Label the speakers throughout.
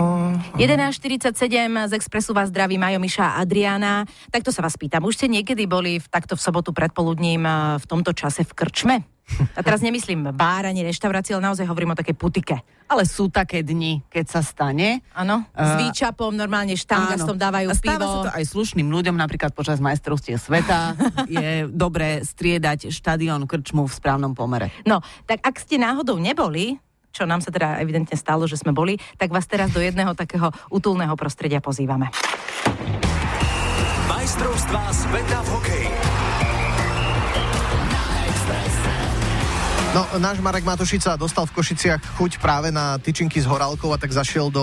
Speaker 1: 11.47 z Expressu vás zdraví Majo, Miša a Adriana. Takto sa vás pýtam, už ste niekedy boli v, takto v sobotu predpoludním e, v tomto čase v Krčme? A teraz nemyslím bár ani reštaurácie, ale naozaj hovorím o takej putike.
Speaker 2: Ale sú také dni, keď sa stane.
Speaker 1: Áno, E, s výčapom, normálne štangastom
Speaker 2: Áno.
Speaker 1: dávajú
Speaker 2: A stáva
Speaker 1: pivo.
Speaker 2: sa to aj slušným ľuďom, napríklad počas majstrovstiev sveta je dobré striedať štadión krčmu v správnom pomere.
Speaker 1: No, tak ak ste náhodou neboli, čo nám sa teda evidentne stalo, že sme boli, tak vás teraz do jedného takého utulného prostredia pozývame.
Speaker 3: Majstrovstvá sveta v hokeji.
Speaker 4: No, náš Marek Matošica dostal v Košiciach chuť práve na tyčinky s horálkou a tak zašiel do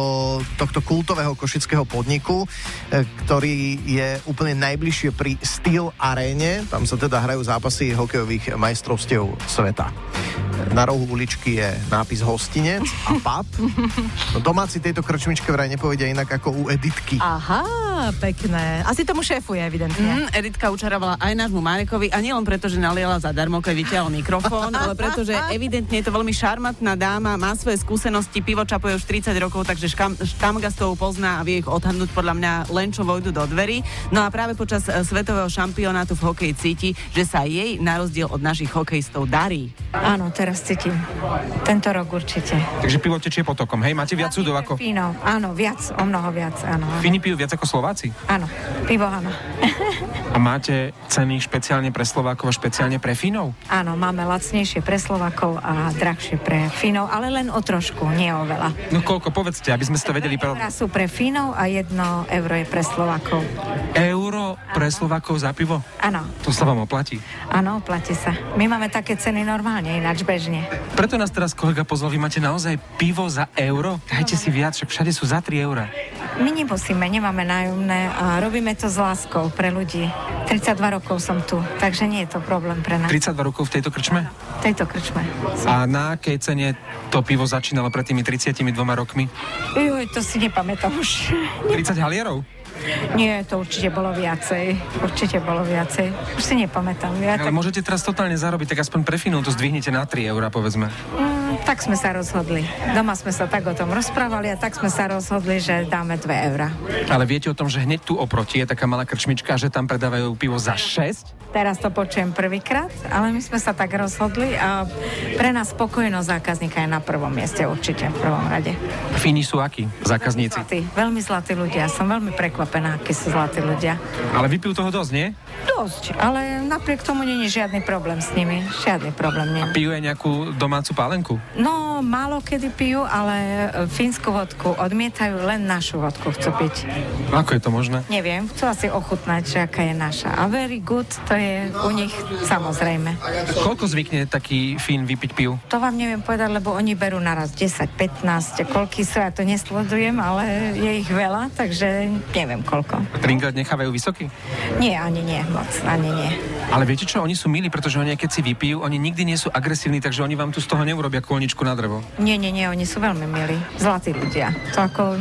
Speaker 4: tohto kultového košického podniku, e, ktorý je úplne najbližšie pri Steel Arene. Tam sa teda hrajú zápasy hokejových majstrovstiev sveta. E, Na rohu uličky je nápis hostinec a pub. No, domáci tejto krčmičke vraj nepovedia inak ako u Editky.
Speaker 1: Aha, pekné. Asi tomu šéfuje evidentne. Mm.
Speaker 2: Mm, Editka učarovala aj nášmu Marekovi a nielen preto, že naliela zadarmo, keď vyťahol mikrofón, ale preto, že evidentne je to veľmi šarmantná dáma, má svoje skúsenosti, pivo čapuje už 30 rokov, takže škam, štamgastov pozná a vie ich odhadnúť podľa mňa len čo vojdu do dverí. No a práve počas e, svetového šampionátu v hokeji cíti, že sa jej na rozdiel od našich hokejistov darí.
Speaker 5: Áno, teraz cítim. Tento rok určite.
Speaker 6: Takže pivo tečie potokom, hej? Máte viac súdov ako...
Speaker 5: Fínov, áno, viac, o mnoho viac, áno. áno.
Speaker 6: Fíni pijú viac ako Slováci.
Speaker 5: Áno, pivo, áno.
Speaker 6: A máte ceny špeciálne pre Slovákov a špeciálne pre Fínov?
Speaker 5: Áno, máme lacnejšie pre Slovakov a drahšie pre Fínov, ale len o trošku, nie o veľa.
Speaker 6: No koľko, povedzte, aby sme si to vedeli. Pre...
Speaker 5: Eurá sú pre Fínov a jedno euro je pre Slovakov.
Speaker 6: Euro pre Slovákov za pivo?
Speaker 5: Áno,
Speaker 6: To sa vám oplatí.
Speaker 5: áno, platí sa. My máme také ceny normálne, ináč bežne.
Speaker 6: Preto nás teraz kolega pozval, vy máte naozaj pivo za euro? Dajte si viac, však všade sú za 3 eurá.
Speaker 5: My nemusíme, nemáme nájomné a robíme to s láskou pre ľudí. 32 rokov som tu, takže nie je to problém pre nás.
Speaker 6: 32 rokov v tejto krčme?
Speaker 5: V tejto krčme.
Speaker 6: A na akej cene to pivo začínalo pred tými 32 rokmi?
Speaker 5: Juj, to si nepamätám už.
Speaker 6: 30 halierov?
Speaker 5: Nie, to určite bolo viacej. Určite bolo viacej. Už si nepamätám. Ja
Speaker 6: Ale
Speaker 5: tak,
Speaker 6: môžete teraz totálne zarobiť, tak aspoň pre Fínov to zdvihnete na 3 eurá, povedzme.
Speaker 5: mm, tak sme sa rozhodli. Doma sme sa tak o tom rozprávali a tak sme sa rozhodli, že dáme 2 eurá.
Speaker 6: Ale viete o tom, že hneď tu oproti je taká malá krčmička, že tam predávajú pivo za 6?
Speaker 5: Teraz to počujem prvýkrát, ale my sme sa tak rozhodli a pre nás spokojnosť zákazníka je na prvom mieste určite, v prvom rade.
Speaker 6: Fíni sú akí, zákazníci.
Speaker 5: Zlatí, veľmi zlatí ľudia. Som veľmi prekvapená, akí sú zlatí ľudia.
Speaker 6: Ale vypijú toho dosť, nie?
Speaker 5: Dosť, ale napriek tomu není žiadny problém s nimi. Žiadny problém nie.
Speaker 6: Pijú aj nejakú domácu pálenku.
Speaker 5: No, málo kedy pijú, ale e, fínsku vodku odmietajú, len našu vodku chcú piť.
Speaker 6: Ako je to možné?
Speaker 5: Neviem, chcú asi ochutnať, že aká je naša. A very good, to je u nich samozrejme.
Speaker 6: Koľko zvykne taký Fín vypiť piv?
Speaker 5: To vám neviem povedať, lebo oni berú naraz 10, 15, koľký sú, ja to nesledujem, ale je ich veľa, takže neviem koľko.
Speaker 6: Tringlet nechávajú vysoký?
Speaker 5: Nie, ani nie, moc, ani nie.
Speaker 6: Ale viete čo, oni sú milí, pretože oni aj keď si vypijú, oni nikdy nie sú agresívni, takže oni vám tu z toho neurobia kolničku na drevo.
Speaker 5: Nie, nie, nie, oni sú veľmi milí. Zlatí ľudia. To ako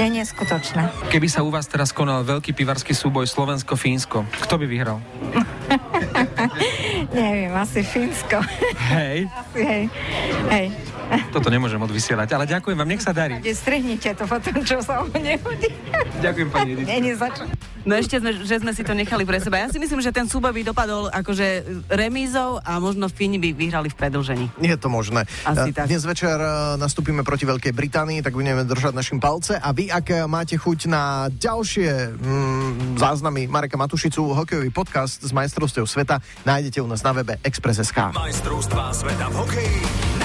Speaker 5: je neskutočné.
Speaker 6: Keby sa u vás teraz konal veľký pivarský súboj Slovensko-Fínsko, kto by vyhral?
Speaker 5: Neviem, asi Fínsko.
Speaker 6: Hej,
Speaker 5: asi, hej, hej.
Speaker 6: toto nemôžem odvysielať, ale ďakujem vám, nech sa darí.
Speaker 5: Kde strihnite to potom, čo sa mu nehodí.
Speaker 6: Ďakujem pani Edith.
Speaker 5: Nie, nie začo.
Speaker 2: No ešte, sme, že sme si to nechali pre seba. Ja si myslím, že ten súboj by dopadol akože remízou a možno Fíni by vyhrali v predlžení.
Speaker 4: Nie je to možné.
Speaker 2: Asi
Speaker 4: Eh,
Speaker 2: tak.
Speaker 4: Dnes večer eh, nastúpime proti Veľkej Británii, tak budeme držať našim palce. A vy, ak eh, máte chuť na ďalšie mm, záznamy Mareka Matušicu, hokejový podcast z majstrovstiev sveta, nájdete u nás na webe Express.sk.
Speaker 3: Majstrovstvá sveta v hokeji